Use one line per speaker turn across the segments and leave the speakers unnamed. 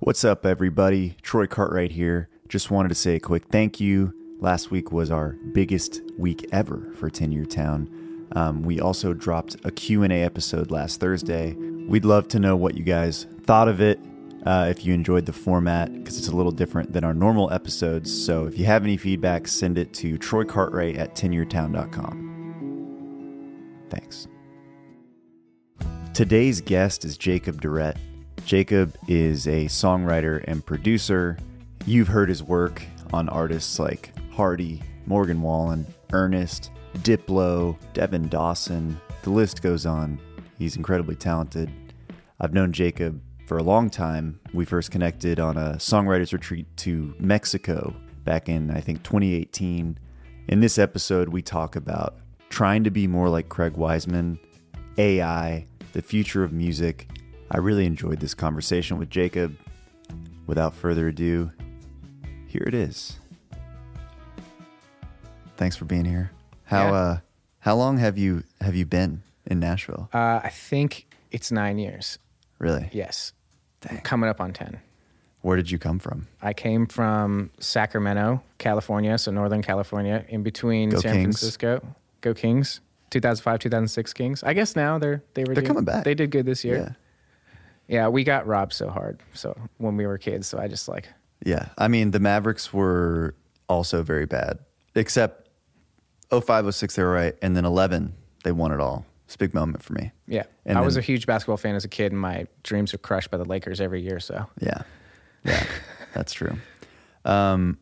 What's up, everybody? Troy Cartwright here. Just wanted to say a quick thank you. Last week was our biggest week ever for Ten Year Town. Um, we also dropped a Q&A episode last Thursday. We'd love to know what you guys thought of it, uh, if you enjoyed the format, because it's a little different than our normal episodes. So if you have any feedback, send it to Troy Cartwright at tenyeartown.com. Thanks. Today's guest is Jacob Durrett. Jacob is a songwriter and producer. You've heard his work on artists like Hardy, Morgan Wallen, Ernest, Diplo, Devin Dawson. The list goes on. He's incredibly talented. I've known Jacob for a long time. We first connected on a songwriters retreat to Mexico back in, I think, 2018. In this episode, we talk about trying to be more like Craig Wiseman, AI, the future of music. I really enjoyed this conversation with Jacob. Without further ado, here it is. Thanks for being here. How
Yeah.
uh how long have you have you been in Nashville?
Uh, I think it's nine years.
Really?
Yes. I'm Coming up on 10.
Where did you come from?
I came from Sacramento, California, so Northern California, in between
Go
San
Kings.
Francisco. Go Kings. 2005, 2006 Kings. I guess now they're they were
They're
doing-
coming back.
They did good this year.
Yeah.
Yeah, we got robbed so hard. So when we were kids, so I just like
Yeah. I mean, the Mavericks were also very bad, except 05, 06, they were right. And then 11, they won it all. It's a big moment for me.
yeah.
And
I was a
then-
huge basketball fan as a kid, and my dreams were crushed by the Lakers every year. So
Yeah. Yeah. that's true. Um,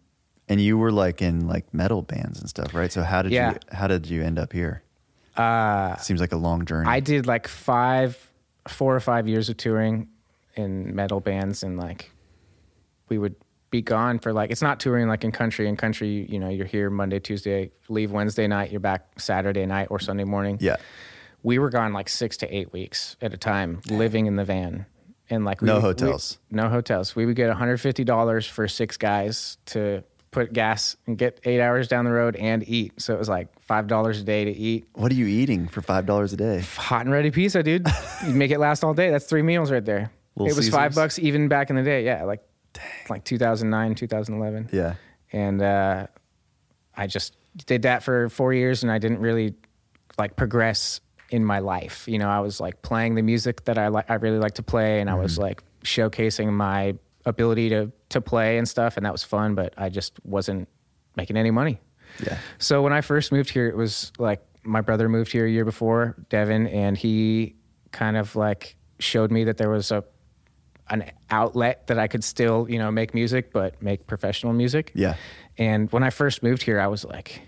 and you were like in like metal bands and stuff, right? So how did
Yeah.
you how did you end up here? Uh, Seems like a long journey.
I did like five, four or five years of touring in metal bands, and like we would be gone for like it's not touring like in country. In country, you know, you're here Monday, Tuesday, leave Wednesday night, you're back Saturday night or Sunday morning.
yeah.
we were gone like six to eight weeks at a time, living in the van. And like we
No
would- we-
hotels.
no hotels. We would get $150 for six guys to put gas and get eight hours down the road and eat. So it was like $5 a day to eat
What are you eating for five dollars a day?
hot and ready pizza, dude. you make it last all day. That's three meals right there.
Little
it was five
Caesars?
bucks even back in the day. Yeah, like like 2009, 2011.
Yeah.
And uh, I just did that for four years, and I didn't really like progress in my life. You know, I was like playing the music that I like. I really like to play, and I
Mm-hmm.
was like showcasing my ability to to play and stuff, and that was fun. But I just wasn't making any money.
Yeah.
So when I first moved here, it was like my brother moved here a year before, Devin, and he kind of like showed me that there was a an outlet that I could still, you know, make music but make professional music.
Yeah.
And when I first moved here, I was like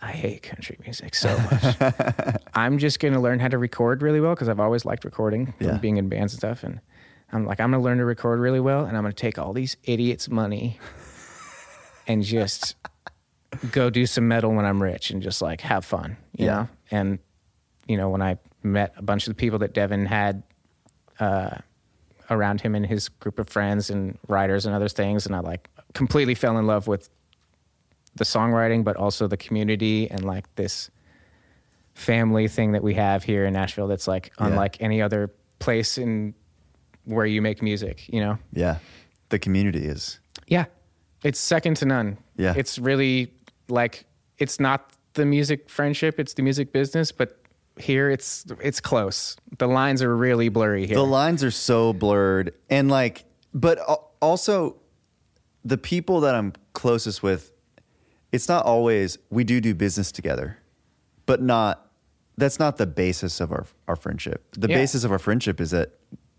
I hate country music so much. I'm just going to learn how to record really well because I've always liked recording from
Yeah.
being in bands and stuff and I'm like I'm going to learn to record really well and I'm going to take all these idiots money and just go do some metal when I'm rich and just like have fun, you
Yeah.
know? And, you know, when I met a bunch of the people that Devin had uh, around him and his group of friends and writers and other things, and I like completely fell in love with the songwriting, but also the community and like this family thing that we have here in Nashville that's like unlike any other place in where you make music, you know?
Yeah. The community is.
Yeah. It's second to none.
Yeah.
It's really like it's not the music friendship, it's the music business, but here it's it's close. The lines are really blurry here.
The lines are so blurred and like but al- also the people that I'm closest with it's not always we do do business together but not that's not the basis of our our friendship. The
Yeah.
basis of our friendship is that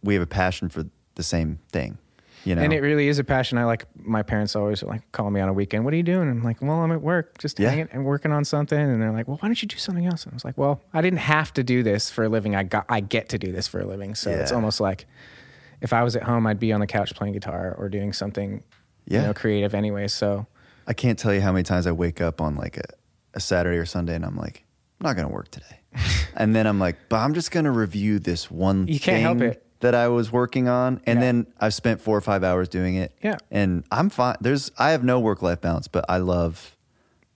we have a passion for the same thing, you know.
and it really is a passion. I like my parents always like call me on a weekend. What are you doing? I'm like, well, I'm at work, just
Yeah.
hanging and working on something. And they're like, well, why don't you do something else? And I was like, well, I didn't have to do this for a living. I got, I get to do this for a living. So it's
Yeah.
almost like if I was at home, I'd be on the couch playing guitar or doing something,
Yeah.
you know, creative anyway. So
I can't tell you how many times I wake up on like a, a Saturday or Sunday and I'm like, I'm not going to work today. and then I'm like, but I'm just going to review this one
You can't help
thing
it.
that I was working on. And
Yeah.
then I've spent four or five hours doing it.
Yeah.
And I'm fine. There's, I have no work life balance, but I love,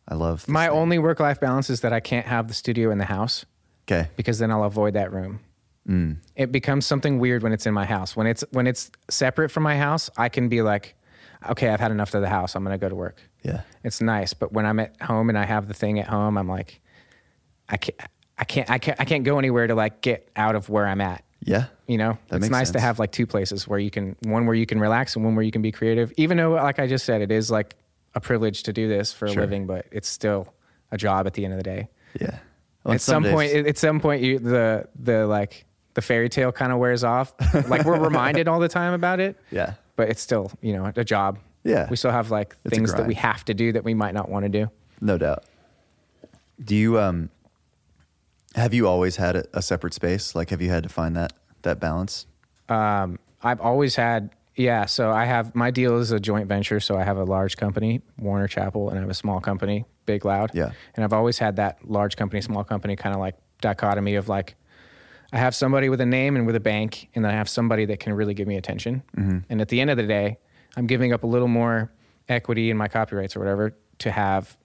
I love this
My
thing.
only work life balance is that I can't have the studio in the house
Okay.
because then I'll avoid that room. It becomes something weird when it's in my house. When it's when it's separate from my house, I can be like, okay, I've had enough of the house. I'm gonna go to work.
Yeah.
It's nice, but when I'm at home and I have the thing at home, I'm like, I can't, I can't, I can't, I can't go anywhere to like get out of where I'm at.
Yeah.
You know,
That
it's
makes
nice to
sense.
have like two places where you can, one where you can relax and one where you can be creative. Even though, like I just said, it is like a privilege to do this for a living, but it's still a job at the end of the day.
Yeah. Well, and
at some
days-
point, at some point, you the the like the fairy tale kind of wears off. like we're reminded all the time about it.
Yeah.
But it's still, you know, a job.
Yeah.
We still have like
It's a
things that we
grind.
have to do that we might not want to do.
No doubt. Do you um have you always had a, a separate space? Like have you had to find that that balance?
um, I've always had, yeah. So I have my deal is a joint venture. So I have a large company, Warner Chapel, and I have a small company, Big Loud.
Yeah.
And I've always had that large company, small company kind of like dichotomy of like, I have somebody with a name and with a bank, and then I have somebody that can really give me attention. And at the end of the day, I'm giving up a little more equity in my copyrights or whatever to have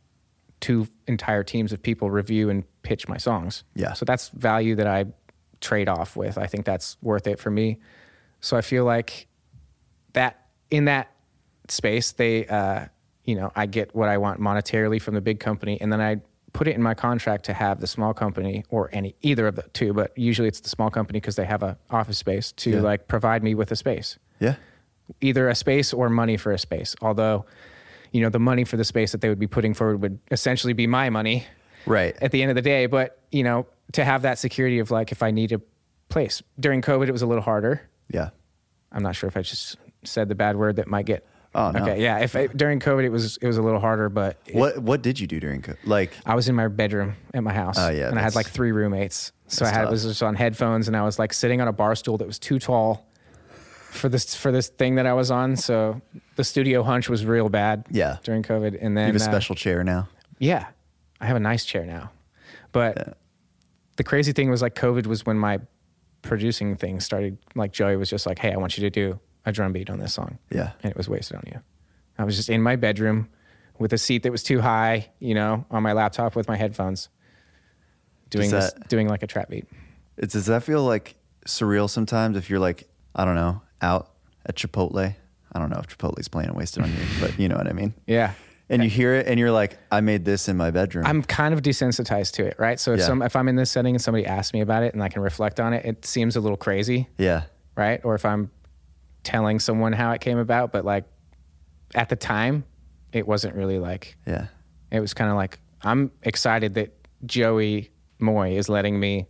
two entire teams of people review and pitch my songs.
Yeah.
So that's value that I trade off with. I think that's worth it for me. So I feel like that in that space, they, uh, you know, I get what I want monetarily from the big company, and then I put it in my contract to have the small company or any either of the two, but usually it's the small company because they have a office space to
Yeah.
like provide me with a space
Yeah.
either a space or money for a space. Although, you know, the money for the space that they would be putting forward would essentially be my money
Right.
at the end of the day. But, you know, to have that security of like, if I need a place during COVID, it was a little harder.
Yeah.
I'm not sure if I just said the bad word that might get.
Oh, no.
Okay. Yeah. If I, during COVID, it was, it was a little harder, but
What what did you do during co- like
I was in my bedroom at my house.
Oh, yeah,
And I
that's-
had like three roommates. So I
that's
had
tough.
was just on headphones and I was like sitting on a bar stool that was too tall for this for this thing that I was on. So the studio hunch was real bad.
Yeah.
During COVID. And then
you have a
uh,
special chair now?
yeah. I have a nice chair now. But the crazy thing was like COVID was when my producing thing started like Joey was just like, Hey, I want you to do a drum beat on this song
Yeah.
and it was wasted on you. I was just in my bedroom with a seat that was too high, you know, on my laptop with my headphones, doing
Does
this,
that-
doing like a trap beat.
It's, does that feel like surreal sometimes if you're like, I don't know, out at Chipotle? I don't know if Chipotle's playing wasted on you, but you know what I mean?
Yeah,
And you hear it and you're like, I made this in my bedroom.
I'm kind of desensitized to it, right? So if
Yeah.
some if I'm in this setting and somebody asks me about it and I can reflect on it, it seems a little crazy,
yeah.
right? Or if I'm telling someone how it came about, but like at the time, it wasn't really like
Yeah.
it was kind of like I'm excited that Joey Moy is letting me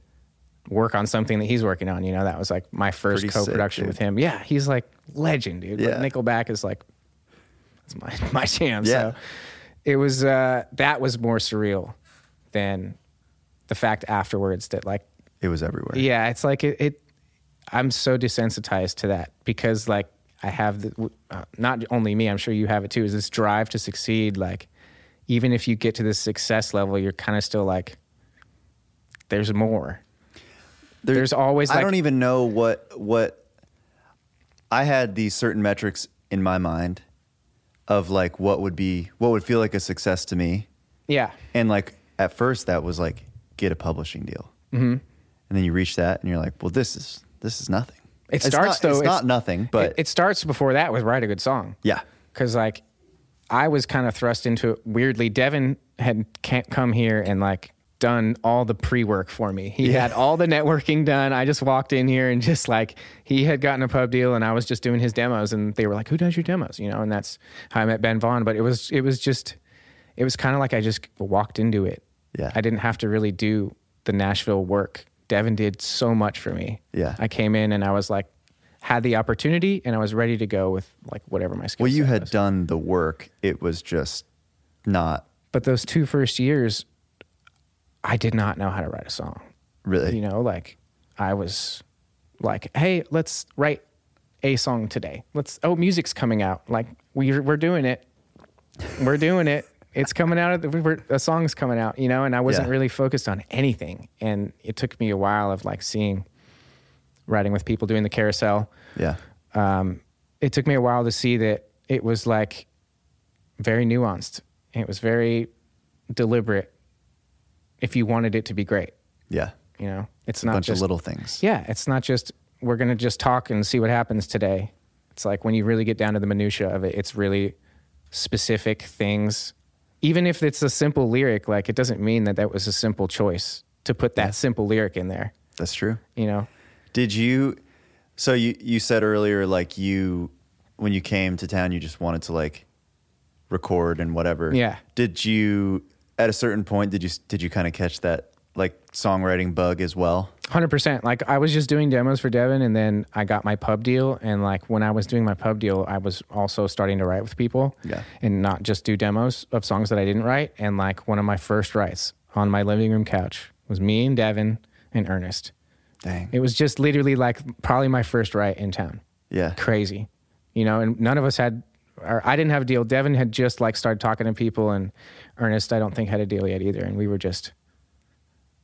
work on something that he's working on. You know, that was like my first
Pretty sick,
co-production
dude.
with him. Yeah, he's like legend, dude.
Yeah.
Like Nickelback is like it's my my jam.
Yeah.
So it was uh, that was more surreal than the fact afterwards that like
It was everywhere.
yeah, it's like it. it I'm so desensitized to that because like I have the uh, not only me, I'm sure you have it too. Is this drive to succeed? Like even if you get to this success level, you're kind of still like there's more.
There-
there's always like
I don't even know what what I had these certain metrics in my mind of like what would be what would feel like a success to me,
yeah
and like at first that was like get a publishing deal, mm-hmm. and then you reach that and you're like, well, this is this is nothing.
It
not,
starts, though,
It's,
it's-
not nothing, but
it, it starts before that with write a good song.
yeah,
because like I was kind of thrust into it weirdly. Devin had can't come here and like done all the pre work for me. He had all the networking done. I just walked in here and just like he had gotten a pub deal and I was just doing his demos and they were like, "Who does your demos?" You know, and that's how I met Ben Vaughn. But it was it was just it was kind of like I just walked into it.
Yeah.
I didn't have to really do the Nashville work. Devin did so much for me.
Yeah.
I came in and I was like had the opportunity and I was ready to go with like whatever my skill
well, you
set
had
was.
done the work. It was just not
But those two first years, I did not know how to write a song.
really.
You know, like I was like, hey, let's write a song today. Let's oh, music's coming out. Like we're we're doing it. We're doing it. It's coming out. Of the, we're, a song's coming out. You know, and I wasn't
Yeah.
really focused on anything. And it took me a while of like seeing writing with people doing the carousel
yeah,
um, it took me a while to see that it was like very nuanced. It was very deliberate if you wanted it to be great.
yeah,
You know, it's
a
not
bunch
just
of little things.
yeah, it's not just we're going to just talk and see what happens today. It's like when you really get down to the minutia of it, it's really specific things. Even if it's a simple lyric, like it doesn't mean that that was a simple choice to put that simple lyric in there,
That's true.
you know?
Did you? So you you said earlier, like you when you came to town, you just wanted to like record and whatever.
Yeah.
Did you at a certain point? Did you did you kind of catch that like songwriting bug as well?
Hundred percent. Like I was just doing demos for Devin, and then I got my pub deal. And like when I was doing my pub deal, I was also starting to write with people,
Yeah.
and not just do demos of songs that I didn't write. And like one of my first writes on my living room couch was me and Devin and Ernest.
Dang.
It was just literally like probably my first write in town.
yeah.
Crazy, you know. And none of us had, or I didn't have a deal. Devin had just like started talking to people, and Ernest I don't think had a deal yet either. And we were just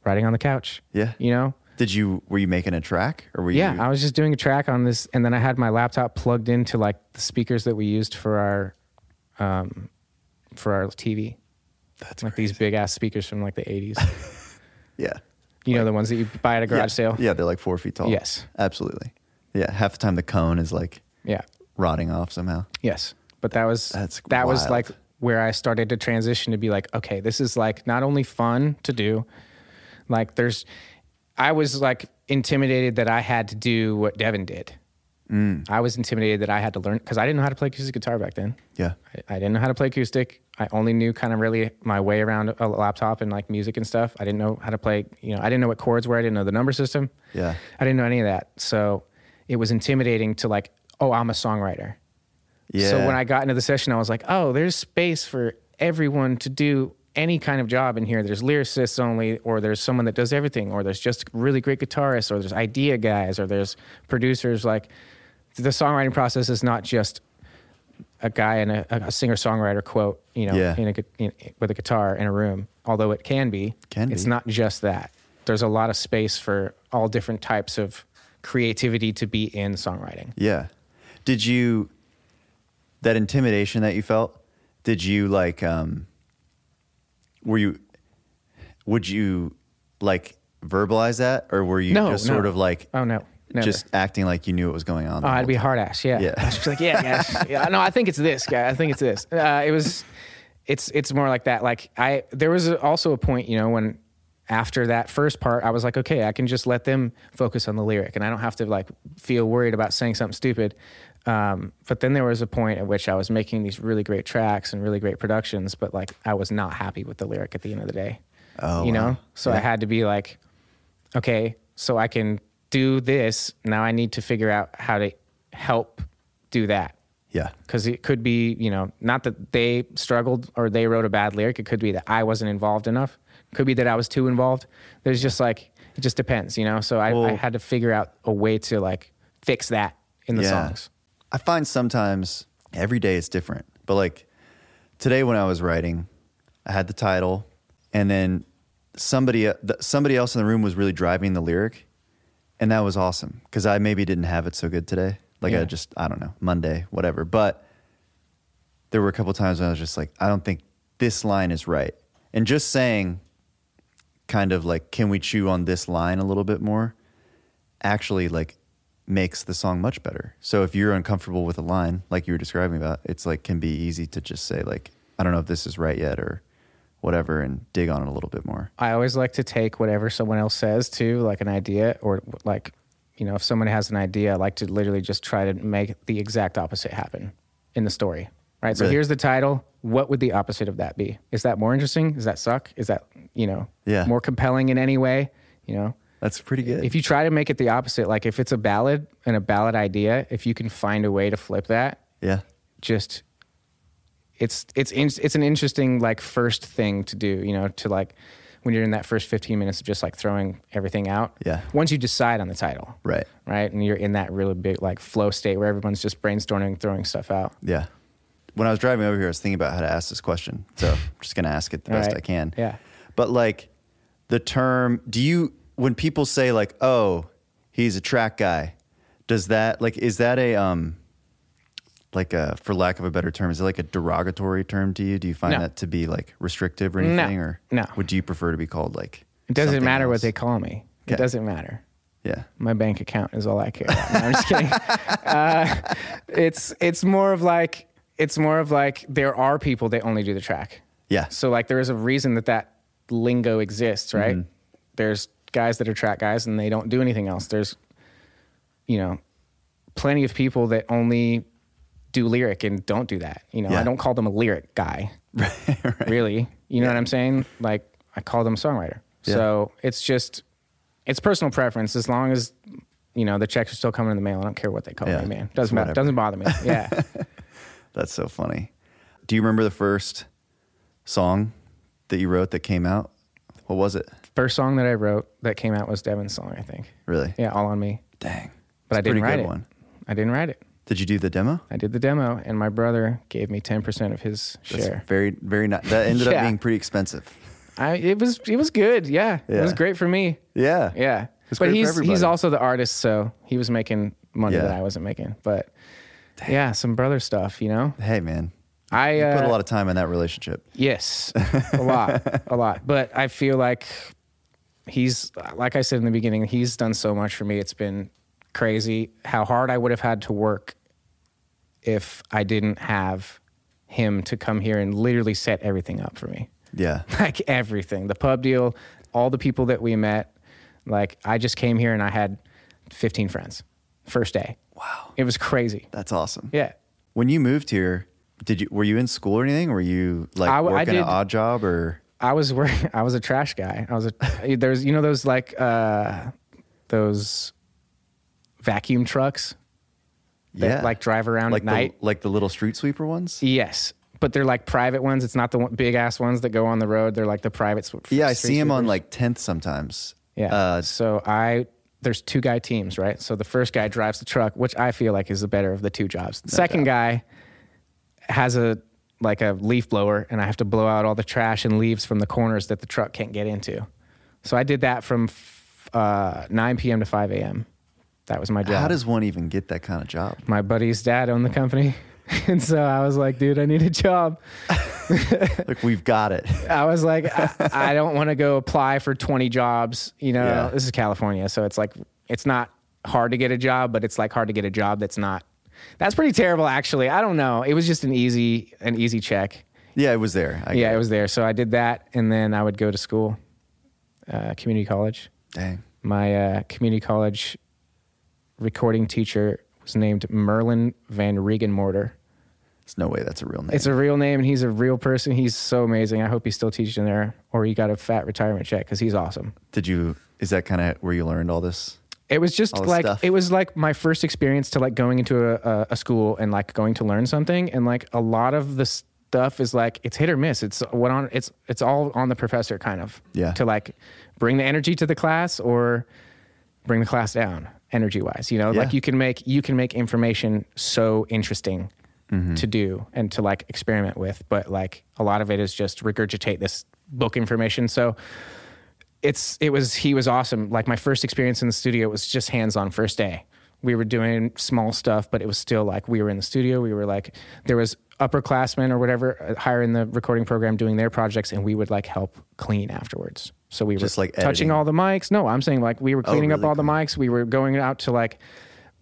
writing on the couch.
Yeah.
You know,
Did you were you making a track or were you?
yeah, I was just doing a track on this, and then I had my laptop plugged into like the speakers that we used for our, um, for our TV. That's like these big ass speakers from like the eighties.
yeah.
you know the ones that you buy at a garage
yeah.
sale.
Yeah, they're like four feet tall.
Yes.
Absolutely. Yeah. Half the time the cone is like
Yeah.
rotting off somehow.
Yes. But that was
That's
that was
wild.
like where I started to transition to be like, okay, this is like not only fun to do, like there's I was like intimidated that I had to do what Devin did.
Mm.
I was intimidated that I had to learn because I didn't know how to play acoustic guitar back then.
Yeah.
I, I didn't know how to play acoustic. I only knew kind of really my way around a laptop and like music and stuff. I didn't know how to play, you know, I didn't know what chords were. I didn't know the number system.
Yeah.
I didn't know any of that. So it was intimidating to like, oh, I'm a songwriter.
Yeah.
So when I got into the session, I was like, oh, there's space for everyone to do any kind of job in here. There's lyricists only, or there's someone that does everything, or there's just really great guitarists, or there's idea guys, or there's producers. Like the songwriting process is not just a guy and a, a singer songwriter quote, you know,
Yeah.
in a, gu- in, with a guitar in a room, although it can be.
Can
It's
be.
not just that. There's a lot of space for all different types of creativity to be in songwriting.
Yeah. Did you that intimidation that you felt? Did you like um were you would you like verbalize that or were you
No,
just
no.
sort of like
Oh, no. Never.
just acting like you knew what was going on? the
Oh,
whole
I'd be
time?
hard ass. Yeah.
Yeah.
I'd just be like, yeah, guys. Yeah, no, I think it's this guy. I think it's this. Uh, it was, it's, it's more like that. Like I, there was also a point, you know, when after that first part, I was like, okay, I can just let them focus on the lyric and I don't have to like feel worried about saying something stupid. Um, but then there was a point at which I was making these really great tracks and really great productions, but like I was not happy with the lyric at the end of the day.
Oh,
you
wow.
know? So I had to be like, okay, so I can do this. Now I need to figure out how to help do that.
Yeah.
Because it could be, you know, not that they struggled or they wrote a bad lyric. It could be that I wasn't involved enough. Could be that I was too involved. There's just like, it just depends, you know? So I, I
Well-
had to figure out a way to like fix that in the
Yeah.
songs.
I find sometimes every day it's different. But like today when I was writing, I had the title and then somebody th- somebody else in the room was really driving the lyric and that was awesome cuz I maybe didn't have it so good today. Like I
Yeah.
just I don't know, Monday, whatever. But there were a couple times when I was just like I don't think this line is right. And just saying kind of like can we chew on this line a little bit more? actually like makes the song much better. So if you're uncomfortable with a line like you were describing about, it's like can be easy to just say like I don't know if this is right yet or whatever and dig on it a little bit more.
I always like to take whatever someone else says to like an idea or like you know if someone has an idea, I like to literally just try to make the exact opposite happen in the story. Right? So
Really?
here's the title. What would the opposite of that be? Is that more interesting? Does that suck? Is that, you know,
Yeah.
more compelling in any way, you know?
That's pretty good.
If you try to make it the opposite, like if it's a ballad and a ballad idea, if you can find a way to flip that,
yeah.
just it's it's in, it's an interesting like first thing to do you know to like when you're in that first 15 minutes of just like throwing everything out
Yeah.
once you decide on the title
Right.
right and you're in that really big like flow state where everyone's just brainstorming throwing stuff out
Yeah. When I was driving over here, I was thinking about how to ask this question. So I'm just going to ask it the
All
best
right.
I can.
Yeah.
But like the term, do you, when people say like, oh, he's a track guy, does that, like, is that a, um, like a, for lack of a better term, is it like a derogatory term to you? Do you find
No.
that to be like restrictive or anything? Or
no.
would you prefer to be called like,
it doesn't
something
matter
else?
what they call me It doesn't matter.
Yeah.
My bank account is all I care. About. No, I'm just kidding. uh, it's it's more of like it's more of like there are people that only do the track.
Yeah.
So like there is a reason that that lingo exists, right? There's guys that are track guys and they don't do anything else. There's you know plenty of people that only do lyric and don't do that. You know,
Yeah.
I don't call them a lyric guy. Really? You know what I'm saying? Like I call them songwriter. So it's just it's personal preference as long as you know the checks are still coming in the mail. I don't care what they call
Yeah.
me, man. Doesn't
Whatever.
matter. Doesn't bother me. Yeah.
That's so funny. Do you remember the first song that you wrote that came out? What was it?
First song that I wrote that came out was Devin's song, I think.
Really?
Yeah, all on me.
Dang.
But I
It's a pretty
didn't write
good
it.
one.
I didn't write it.
Did you do the demo?
I did the demo, and my brother gave me ten percent of his
That's
share.
very, very nice. That ended up
Yeah.
being pretty expensive.
I, it was it was good. Yeah. it was
Yeah.
great for me.
Yeah.
Yeah,
It's great
but
for
he's
everybody.
he's also the artist, so he was making money
Yeah.
that I wasn't making. But yeah, some brother stuff, you know.
Hey, man.
I
You
uh,
put a lot of time in that relationship.
Yes, a lot, a lot. But I feel like he's, like I said in the beginning, he's done so much for me. It's been crazy how hard I would have had to work if I didn't have him to come here and literally set everything up for me.
Yeah.
Like everything, the pub deal, all the people that we met. Like I just came here and I had 15 friends first day.
Wow.
It was crazy.
That's awesome.
Yeah.
When you moved here, did you were you in school or anything? Were you like
I w- I
working an
did-
odd job or
I was working. I was a trash guy. I was a there's you know those like uh those vacuum trucks that
yeah,
like drive around
like
at night.
the, like the little street sweeper ones?
yes, but they're like private ones. It's not the one, big ass ones that go on the road. They're like the private. sw-
Yeah, I
street
see them on
sweepers.
like tenth sometimes.
Yeah.
uh,
so I there's two guy teams, right? So the first guy drives the truck, which I feel like is the better of the two jobs. The second guy has a like a leaf blower and I have to blow out all the trash and leaves from the corners that the truck can't get into. So I did that from f- uh, 9 p.m. to 5 a.m. That was my job.
how does one even get that kind of job?
my buddy's dad owned the company. and so I was like, dude, I need a job.
like we've got it.
I was like, I, I don't want to go apply for 20 jobs. You know,
Yeah.
this is California. So it's like, it's not hard to get a job, but it's like hard to get a job that's not. That's pretty terrible, actually. I don't know. It was just an easy, an easy check.
Yeah, it was there. I
Yeah, it was there. So I did that. And then I would go to school, uh, community college.
Dang.
My uh, community college recording teacher was named Merlin Van Regenmorter.
There's no way that's a real name.
It's a real name, and he's a real person. He's so amazing. I hope he's still teaching there, or he got a fat retirement check because he's awesome.
Did you? Is that kind of where you learned all this?
It was just
the
like
stuff.
it was like my first experience to like going into a, a, a school and like going to learn something, and like a lot of the stuff is like it's hit or miss. It's what on it's it's all on the professor kind of
Yeah.
to like bring the energy to the class or bring the class down energy wise. You know,
Yeah.
like you can make you can make information so interesting
Mm-hmm.
to do and to like experiment with, but like a lot of it is just regurgitate this book information. So it's it was he was awesome. Like my first experience in the studio was just hands on first day. We were doing small stuff, but it was still like we were in the studio. We were like there was upperclassmen or whatever uh, higher in the recording program doing their projects, and we would like help clean afterwards. So we
Just,
were
like,
touching
editing. Oh,
all the mics. No, I'm saying like we were cleaning up
really
all the mics. We were going out to like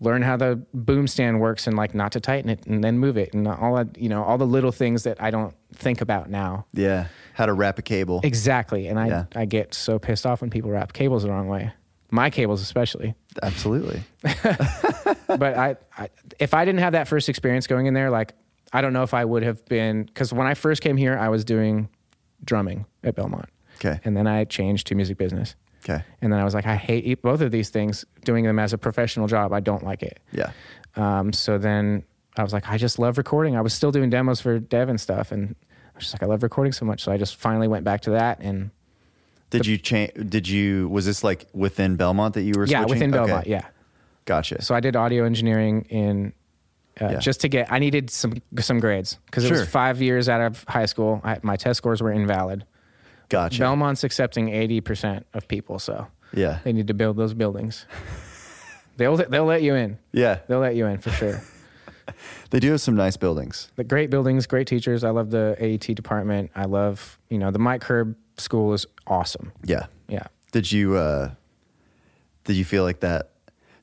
learn how the boom stand works and like not to tighten it and then move it and all that you know all the little things that I don't think about now.
Yeah, how to wrap a cable.
Exactly. And I,
Yeah.
I get so pissed off when people wrap cables the wrong way. My cables especially.
Absolutely.
but I, I if I didn't have that first experience going in there, like I don't know if I would have been because when I first came here, I was doing drumming at Belmont.
Okay.
And then I changed to music business.
Okay.
And then I was like, I hate e- both of these things. Doing them as a professional job, I don't like it.
Yeah.
Um, so then I was like, I just love recording. I was still doing demos for Dev and stuff, and I was just like, I love recording so much. So I just finally went back to that and
Did you change? Did you? Was this like within Belmont that you were?
yeah,
switching?
within
Okay.
Belmont, yeah.
Gotcha.
So I did audio engineering in uh,
Yeah.
just to get. I needed some some grades because it
Sure.
was five years out of high school. I, my test scores were invalid.
gotcha.
Belmont's accepting eighty percent of people, so
yeah.
they need to build those buildings. they'll they'll let you in.
Yeah.
They'll let you in for sure.
They do have some nice buildings.
the great buildings, great teachers. I love the AET department. I love you know the Mike Curb school is awesome.
Yeah.
Yeah.
Did you uh Did you feel like that?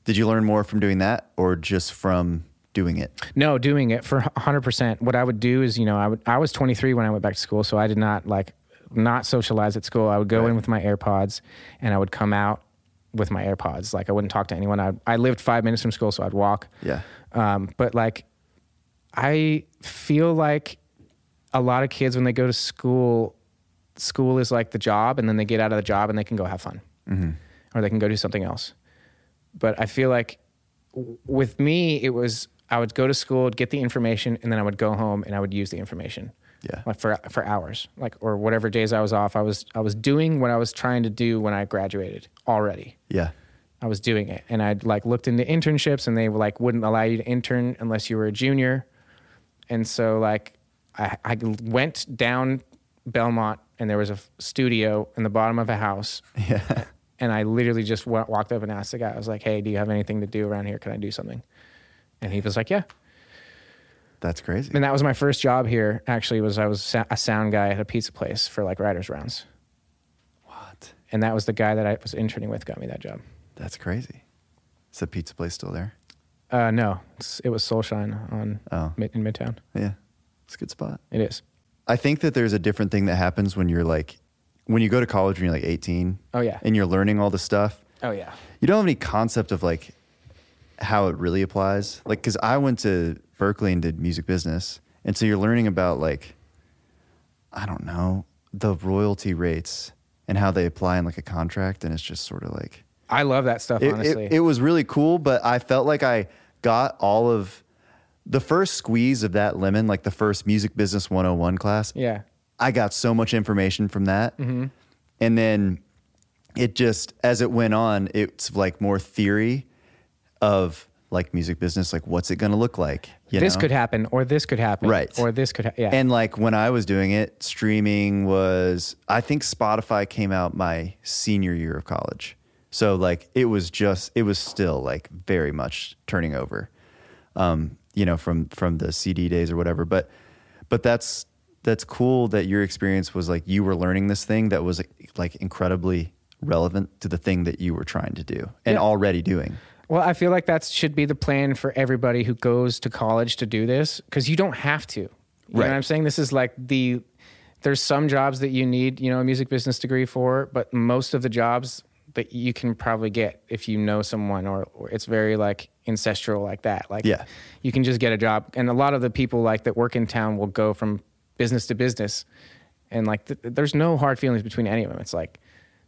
Did you learn more from doing that or just from doing it?
No, doing it for 100%. What I would do is, you know, I would I was 23 when I went back to school, so I did not like not socialize at school. I would go in with my AirPods and I would come out with my AirPods. Like I wouldn't talk to anyone. I I lived 5 minutes from school, so I'd walk.
Yeah.
Um, but like I feel like a lot of kids when they go to school, school is like the job, and then they get out of the job and they can go have fun, or they can go do something else. But I feel like w- with me, it was I would go to school, get the information, and then I would go home and I would use the information.
Yeah.
like for for hours, like or whatever days I was off, I was I was doing what I was trying to do when I graduated already.
Yeah.
I was doing it, and I'd like looked into internships, and they like wouldn't allow you to intern unless you were a junior, and so like I, I went down Belmont, and there was a f- studio in the bottom of a house,
Yeah.
and I literally just went, walked up and asked the guy, I was like, "Hey, do you have anything to do around here? Can I do something?" And he was like, "Yeah."
That's crazy.
And that was my first job here. Actually, was I was sa- a sound guy at a pizza place for like writers rounds,
What?
and that was the guy that I was interning with got me that job.
That's crazy. Is the pizza place still there?
Uh, no, it's, it was Soulshine on
Oh.
mid, in Midtown.
Yeah. It's a good spot.
It is.
I think that there's a different thing that happens when you're like, when you go to college when you're like 18.
Oh, yeah.
And you're learning all this stuff.
Oh yeah.
You don't have any concept of like how it really applies. Like, cause I went to Berkeley and did music business. And so you're learning about like, I don't know, the royalty rates and how they apply in like a contract. And it's just sort of like,
I love that stuff.
It- it-
honestly,
It, was really cool, but I felt like I got all of the first squeeze of that lemon, like the first Music Business 101 class.
yeah,
I got so much information from that.
Mm-hmm.
And then it just, as it went on, it's like more theory of like music business, like what's it going to look like? You
this
know?
could happen, or this could happen,
Right.
Or this could, ha- yeah.
And like when I was doing it, streaming was I think Spotify came out my senior year of college. So like it was just it was still like very much turning over. Um, you know, from from the CD days or whatever, but but that's that's cool that your experience was like you were learning this thing that was like incredibly relevant to the thing that you were trying to do and already doing.
well, I feel like that should be the plan for everybody who goes to college to do this, because you don't have to. You know
Right.
what I'm saying? This is like the there's some jobs that you need, you know, a music business degree for, but most of the jobs that you can probably get if you know someone, or, or it's very like ancestral like that. Like,
Yeah.
you can just get a job, and a lot of the people like that work in town will go from business to business, and like th- there's no hard feelings between any of them. It's like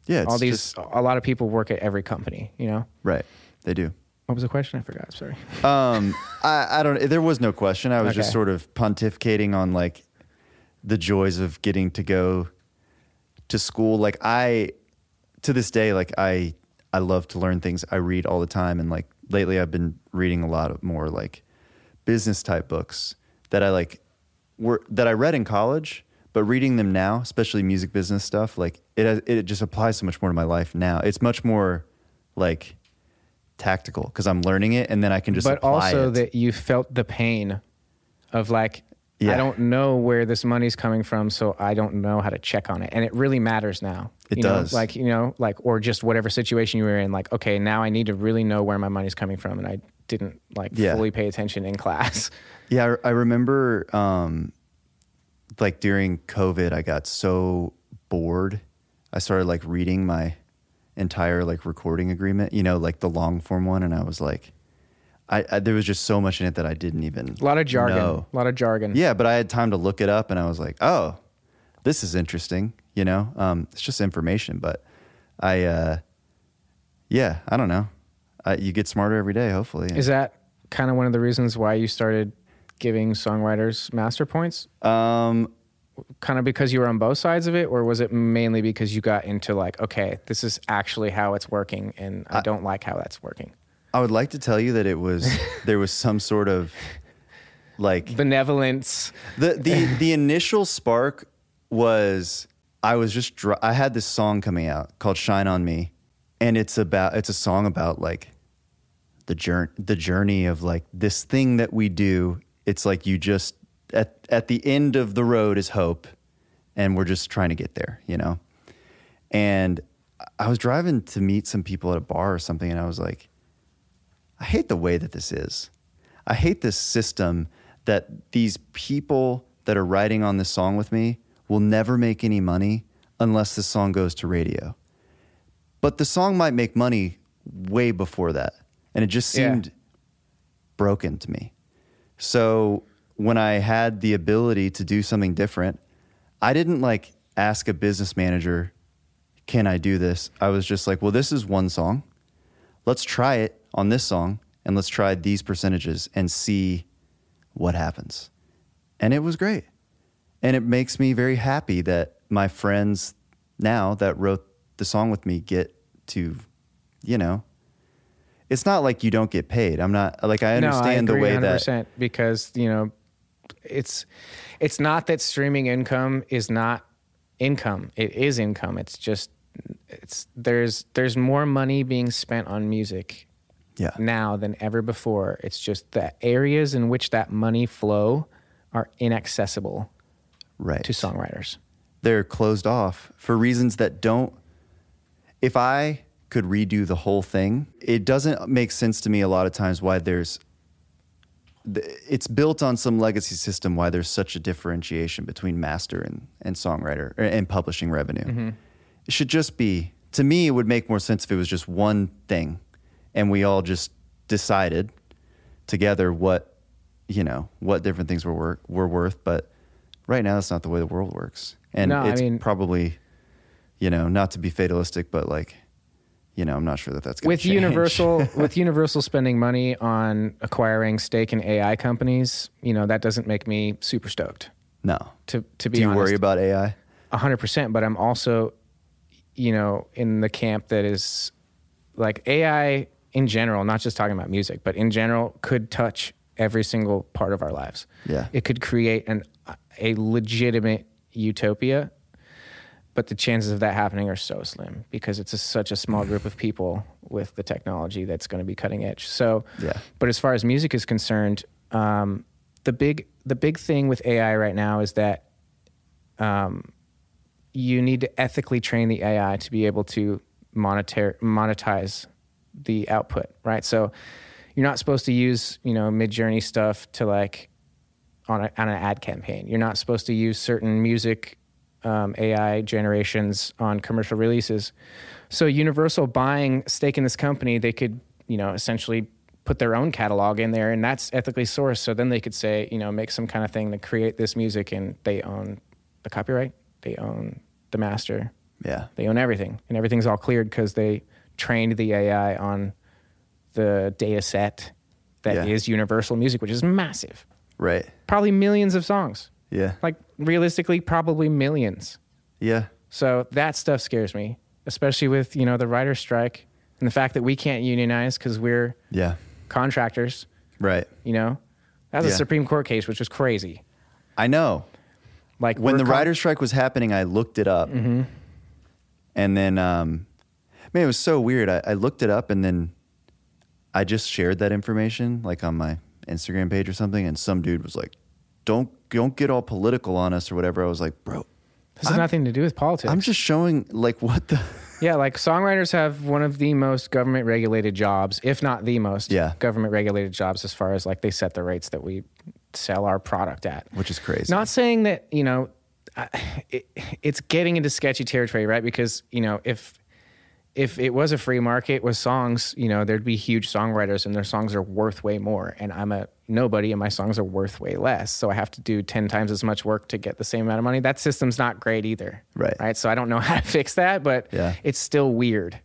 Yeah, it's
all these
just-
a lot of people work at every company you know
right. They do.
what was the question i forgot sorry
Um, I, I don't. There was no question. I was just
Okay.
sort of pontificating on like the joys of getting to go to school. Like I, to this day, like I, I love to learn things. I read all the time, and like lately, I've been reading a lot of more like business type books that I like were that I read in college. But reading them now, especially music business stuff, like it has, it just applies so much more to my life now. It's much more like tactical because I'm learning it, and then I can just
but
apply
also
it.
that you felt the pain of like
Yeah.
i don't know where this money's coming from so i don't know how to check on it and it really matters now
It
you know?
does.
like you know like or just whatever situation you were in like okay now i need to really know where my money's coming from and i didn't like
Yeah.
fully pay attention in class
Yeah, I, I remember um, like during COVID, I got so bored. I started like reading my entire like recording agreement, you know, like the long form one, and I was like, I, I there was just so much in it that I didn't even
a lot of jargon
know.
a lot of jargon
Yeah, but I had time to look it up, and I was like, oh, this is interesting. You know, um, it's just information, but I, uh, yeah, I don't know. I, you get smarter every day, hopefully.
is that kind of one of the reasons why you started giving songwriters master points
um,
kind of because you were on both sides of it, or was it mainly because you got into like, okay, this is actually how it's working, and I, don't like how that's working?
I would like to tell you that it was there was some sort of like
Benevolence.
the the the initial spark was I was just dr- I had this song coming out called Shine on Me and it's about it's a song about like the journey the journey of like this thing that we do it's like you just at at the end of the road is hope and we're just trying to get there you know and I was driving to meet some people at a bar or something, and I was like, I hate the way that this is. I hate this system that these people that are writing on this song with me will never make any money unless this song goes to radio. But the song might make money way before that. And it just
Yeah.
seemed broken to me. So when I had the ability to do something different, I didn't like ask a business manager, can I do this? I was just like, well, this is one song. Let's try it on this song and let's try these percentages and see what happens. And it was great. And it makes me very happy that my friends now that wrote the song with me get to, you know, it's not like you don't get paid. I'm not like I
no, I
understand
agree
the way that
100% because you know it's it's not that streaming income is not income. It is income. It's just it's there's there's more money being spent on music
Yeah.
now than ever before. It's just the areas in which that money flow are inaccessible
Right.
to songwriters.
They're closed off for reasons that don't. If I could redo the whole thing, it doesn't make sense to me a lot of times why there's. th- It's built on some legacy system why there's such a differentiation between master and, and songwriter er, and publishing revenue.
Mm-hmm.
It should just be, to me, it would make more sense if it was just one thing and we all just decided together what you know what different things were wor- were worth. But right now, that's not the way the world works, and
No, I
it's
mean-
probably you know not to be fatalistic, but like you know, I'm not sure that that's going
with Universal with Universal spending money on acquiring stake in AI companies, you know, that doesn't make me super stoked.
No,
To to be
do you
honest.
worry about AI?
A hundred percent, but I'm also, you know, in the camp that is like AI in general, not just talking about music, but in general, could touch every single part of our lives.
Yeah.
It could create an a legitimate utopia, but the chances of that happening are so slim because it's a, such a small group of people with the technology that's going to be cutting edge. So,
Yeah.
but as far as music is concerned, um, the big the big thing with AI right now is that you need to ethically train the AI to be able to monitor monetize the output, right? So you're not supposed to use you know Midjourney stuff to like on, a, on an ad campaign. You're not supposed to use certain music um, AI generations on commercial releases. So Universal buying stake in this company, they could you know essentially put their own catalog in there, and that's ethically sourced. So then they could say you know make some kind of thing to create this music, and they own the copyright, they own the master,
Yeah,
they own everything, and everything's all cleared because they trained the AI on the data set that is
Yeah.
Universal Music, which is massive
right.
probably millions of songs.
Yeah,
Like realistically, probably millions.
yeah,
So that stuff scares me, especially with you know the writer strike and the fact that we can't unionize because we're
yeah,
contractors.
right.
You know, that was
Yeah.
a Supreme Court case, which was crazy.
I know.
Like
when
we're Mm-hmm.
the
con-
writer strike was happening, I looked it up, and then um, man, it was so weird. I, I looked it up, and then I just shared that information like on my Instagram page or something, and some dude was like, "Don't don't get all political on us or whatever." I was like, "Bro,
this has nothing to do with politics.
I'm just showing like what the
yeah, like songwriters have one of the most government regulated jobs, if not the most
Yeah.
government regulated jobs, as far as like they set the rates that we sell our product at.
which is crazy."
Not saying that you know, I- it, it's getting into sketchy territory, right? Because you know, if if it was a free market with songs, you know, there'd be huge songwriters, and their songs are worth way more. And I'm a nobody, and my songs are worth way less. So I have to do ten times as much work to get the same amount of money. That system's not great either,
Right.
Right. So I don't know how to fix that, but
Yeah.
it's still weird.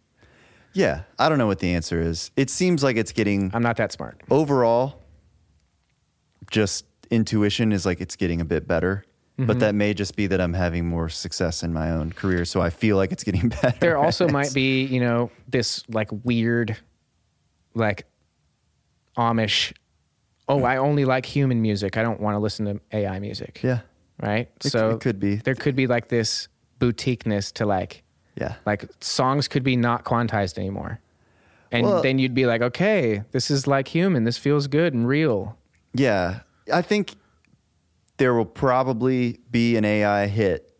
yeah, I don't know what the answer is. It seems like it's getting
I'm not that smart.
overall, just intuition is like it's getting a bit better.
Mm-hmm.
But that may just be that I'm having more success in my own career, so I feel like it's getting better.
there also might be you know this like weird like amish oh i only like human music i don't want to listen to ai music
yeah,
right
It-
so
it could be.
there could be like this boutiqueness to like
yeah,
like songs could be not quantized anymore and
Well-
then you'd be like okay this is like human this feels good and real
yeah. I think there will probably be an AI hit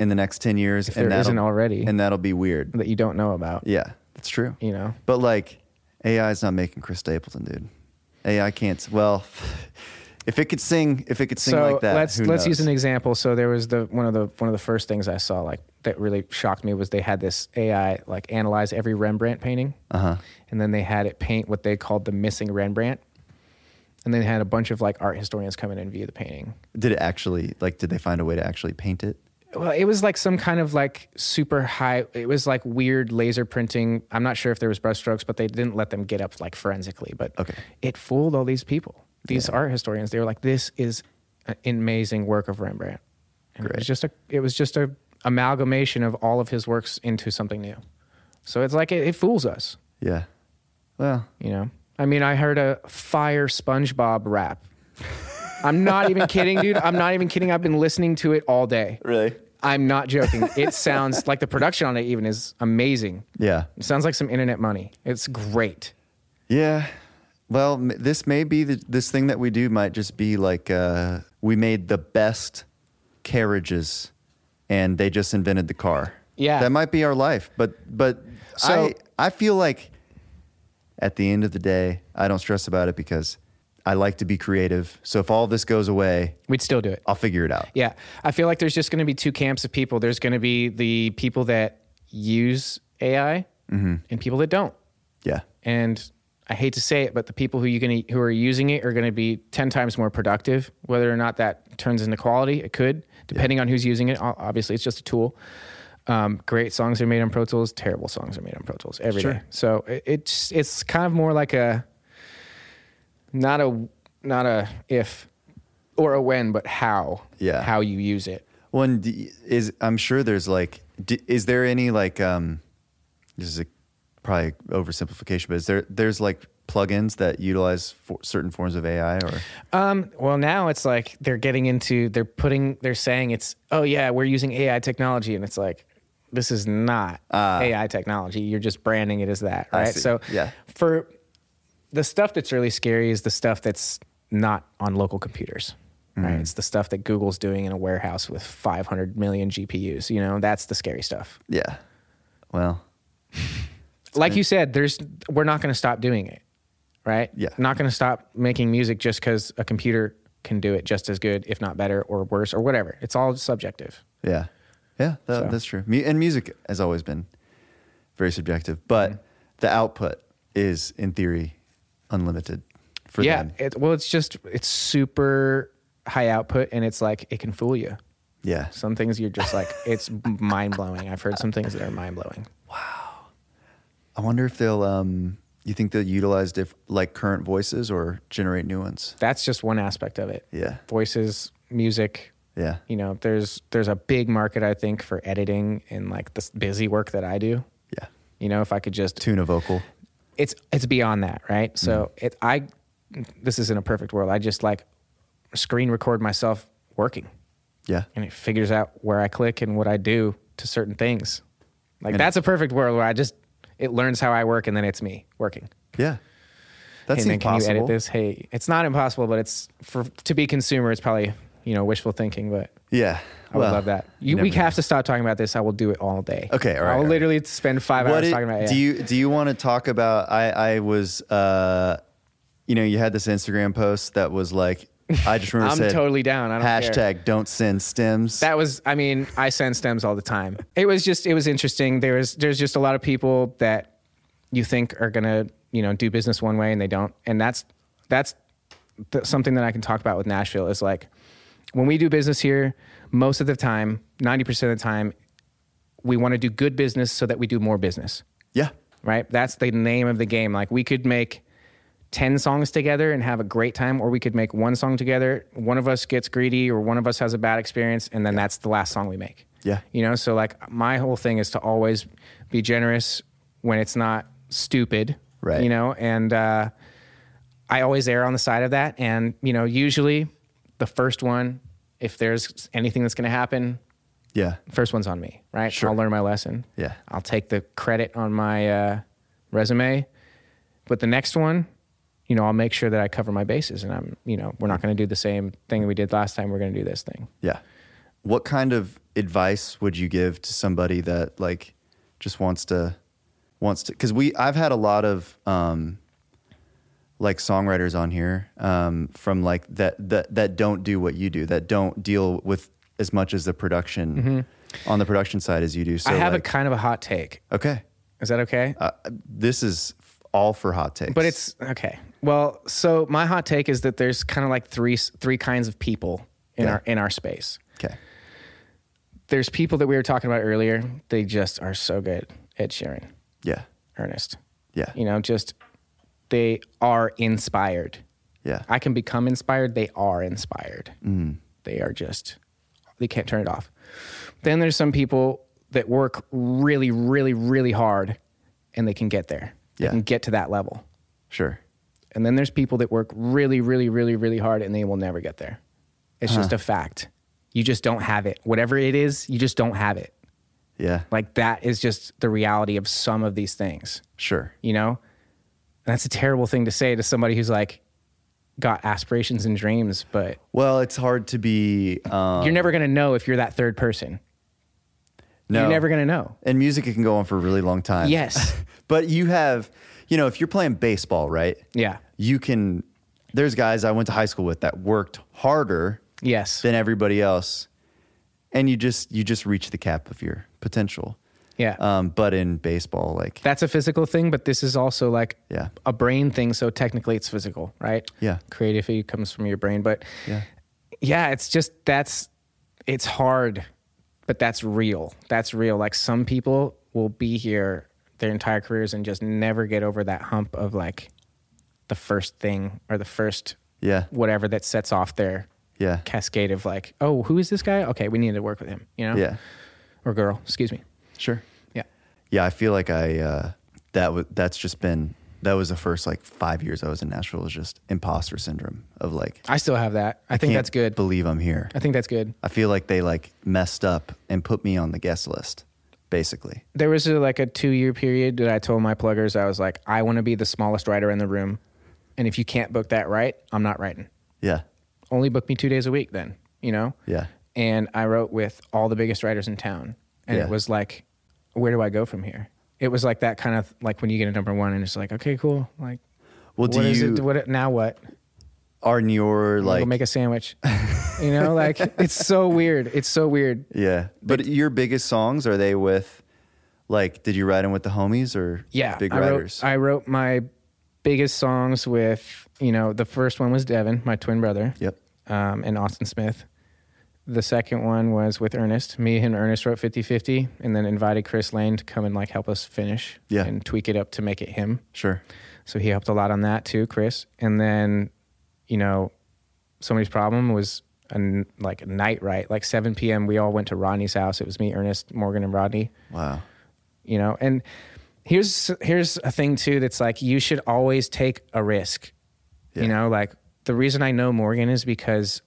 in the next 10 years.
there
that'll-
isn't already.
And that'll be weird.
that you don't know about.
Yeah, that's true.
You know,
But like, AI is not making Chris Stapleton, dude. AI can't. s- Well, if it could sing, if it could sing
so
like that,
let's
who
let's
knows?
use an example. So there was the one of the one of the first things I saw like that really shocked me was they had this AI like analyze every Rembrandt painting, uh-huh. and then they had it paint what they called the missing Rembrandt, and then had a bunch of like art historians come in and view the painting.
Did it actually like? Did they find a way to actually paint it?
Well, it was like some kind of like super high. It was like weird laser printing. I'm not sure if there was brushstrokes, but they didn't let them get up like forensically. But
Okay.
it fooled all these people, these art historians. They were like, "This is an amazing work of Rembrandt." And It
Great.
was just a. It was just a amalgamation of all of his works into something new. So it's like it, it fools us,
Yeah. Well,
you know. I mean, I heard a fire SpongeBob rap. I'm not even kidding, dude. I'm not even kidding. I've been listening to it all day.
really?
I'm not joking. It sounds like the production on it even is amazing.
Yeah.
It sounds like some internet money. It's great.
Yeah. Well, m- this may be the, this thing that we do might just be like uh, we made the best carriages, and they just invented the car.
Yeah.
that might be our life. But but
So-
I I feel like at the end of the day, I don't stress about it because I like to be creative. So if all this goes away,
We'd still do it.
I'll figure it out.
Yeah. I feel like there's just going to be two camps of people. There's going to be the people that use AI and people that don't.
Yeah.
And I hate to say it, but the people who you going who are using it are going to be 10 times more productive. Whether or not that turns into quality, it could, depending on who's using it. O- Obviously, it's just a tool. Um, great songs are made on Pro Tools. Terrible songs are made on Pro Tools every day.
Sure.
So it, it's it's kind of more like a not a not a if or a when, but how.
Yeah.
How you use it.
One d- is I'm sure there's like d- is there any like um this is a probably oversimplification but is there there's like plugins that utilize for certain forms of AI or
Um, well, now it's like they're getting into they're putting they're saying it's oh yeah we're using AI technology and it's like this is not AI technology. You're just branding it as that, right?
Ah. see.
So
Yeah.
for the stuff that's really scary is the stuff that's not on local computers.
Mm.
Right? It's the stuff that Google's doing in a warehouse with 500 million GPUs. You know, that's the scary stuff.
yeah well
like you said, there's we're not going to stop doing it, right?
Yeah.
Not going to stop making music just because a computer can do it just as good, if not better or worse or whatever. It's all subjective.
yeah yeah that, that's true Mu- and music has always been very subjective but the output is in theory unlimited for
yeah.
them
It, well, it's just it's super high output, and it's like it can fool you.
yeah
Some things you're just like it's mind blowing. I've heard some things that are mind blowing.
I wonder if they'll um you think they'll utilize diff- like current voices or generate new ones
That's just one aspect of it.
yeah
Voices, music,
yeah
you know there's there's a big market i think for editing and like this busy work that i do
yeah
you know if i could just
tune a vocal
it's it's beyond that right so
Mm.
it i this isn't a perfect world i just like screen record myself working
Yeah.
and it figures out where i click and what i do to certain things like that's a perfect world where i just it learns how i work and then it's me working
Yeah. That
hey
seems
man can
possible.
you edit this hey it's not impossible but it's for to be consumer it's probably you know wishful thinking but
Yeah.
I
well,
would love that.
you
You, we
never
have to stop talking about this. I will do it all day.
Okay, all right,
I
all
will
right.
literally spend five
What
hours
it-
talking about it.
do you do you want to talk about I I was uh you know, you had this Instagram post that was like I just remember
I'm
said,
totally down. I don't care.
hashtag don't send stems.
That was, I mean, I send stems all the time. It was just, it was interesting. There was, there's just a lot of people that you think are gonna, you know, do business one way and they don't, and that's that's th- something that I can talk about with Nashville is like when we do business here, most of the time, ninety percent of the time, we want to do good business so that we do more business.
yeah.
right? That's the name of the game. Like we could make 10 songs together and have a great time or we could make one song together. One of us gets greedy or one of us has a bad experience and then that's the last song we make.
Yeah.
You know, so like my whole thing is to always be generous when it's not stupid.
Right.
You know, and uh I always err on the side of that and you know, usually the first one if there's anything that's going to happen,
Yeah.
first one's on me, right? I'll learn my lesson.
Yeah.
I'll take the credit on my uh, resume. But the next one, you know, I'll make sure that I cover my bases and I'm, you know, we're not going to do the same thing we did last time. We're going to do this thing.
Yeah. What kind of advice would you give to somebody that like just wants to wants to because we I've had a lot of um like songwriters on here um from like that that that don't do what you do that don't deal with as much as the production on the production side as you do. So
Mm-hmm. I have a
like,
kind of a hot take.
okay,
Is that okay?
uh, this is f- all for hot takes,
But it's okay. Well, so my hot take is that there's kind of like three three kinds of people in
Yeah.
our in our space.
okay.
There's people that we were talking about earlier. They just are so good at Sheeran,
Yeah,
Ernest.
yeah,
You know, just they are inspired.
yeah,
I can become inspired. They are inspired. They are just, they can't turn it off. Then there's some people that work really, really, really hard and they can get there.
Yeah.
They can get to that level.
sure.
And then there's people that work really, really, really, really hard and they will never get there. It's just a fact. You just don't have it. Whatever it is, you just don't have it.
Yeah,
Like that is just the reality of some of these things
sure.
you know? And that's a terrible thing to say to somebody who's like got aspirations and dreams, but
Well, it's hard to be. Um,
you're never going to know if you're that third person.
no,
You're never going to know.
And music, it can go on for a really long time.
Yes.
but you have, you know, if you're playing baseball, right?
Yeah.
You can, there's guys I went to high school with that worked harder
Yes.
than everybody else. And you just, you just reach the cap of your potential.
Yeah.
Um, but in baseball, like,
That's a physical thing, but this is also like
Yeah.
a brain thing. So technically it's physical, right?
Yeah.
Creativity comes from your brain. But
Yeah.
yeah, it's just that's, it's hard, but that's real. That's real. Like some people will be here their entire careers and just never get over that hump of like the first thing or the first
yeah,
whatever that sets off their
yeah,
cascade of like, oh, who is this guy? Okay, we need to work with him, you know?
yeah,
Or girl, excuse me.
sure.
Yeah.
Yeah, I feel like I uh, that was that's just been that was the first like five years I was in Nashville was just imposter syndrome of like
I still have that. I, think
can't
that's good.
Believe I'm here.
I think that's good.
I feel like they like messed up and put me on the guest list, basically.
There was a, like a two year period that I told my pluggers, I was like, I want to be the smallest writer in the room. And if you can't book that right, I'm not writing.
Yeah,
Only book me two days a week then, you know?
yeah,
And I wrote with all the biggest writers in town. And
Yeah.
it was like, where do I go from here? It was like that kind of like when you get a number one and it's like, okay, cool. Like,
Well,
what
do
is
you-
it? What now? What?
are in your
We'll
like
make a sandwich. you know, like it's so weird. It's so weird.
yeah, but your biggest songs are they with like did you write them with the homies or
Yeah,
big
I wrote,
writers?
I wrote my biggest songs with you know the first one was Devin, my twin brother,
yep,
um, and Austin Smith. The second one was with Ernest. Me and Ernest wrote 50-50 and then invited Chris Lane to come and like help us finish
Yeah.
and tweak it up to make it him.
sure,
So he helped a lot on that too, Chris. And then, you know, somebody's problem was a n like a night right, like 7 p.m. We all went to Rodney's house. It was me, Ernest, Morgan, and Rodney.
wow,
You know, and here's here's a thing too that's like you should always take a risk.
Yeah.
You know, like the reason I know Morgan is because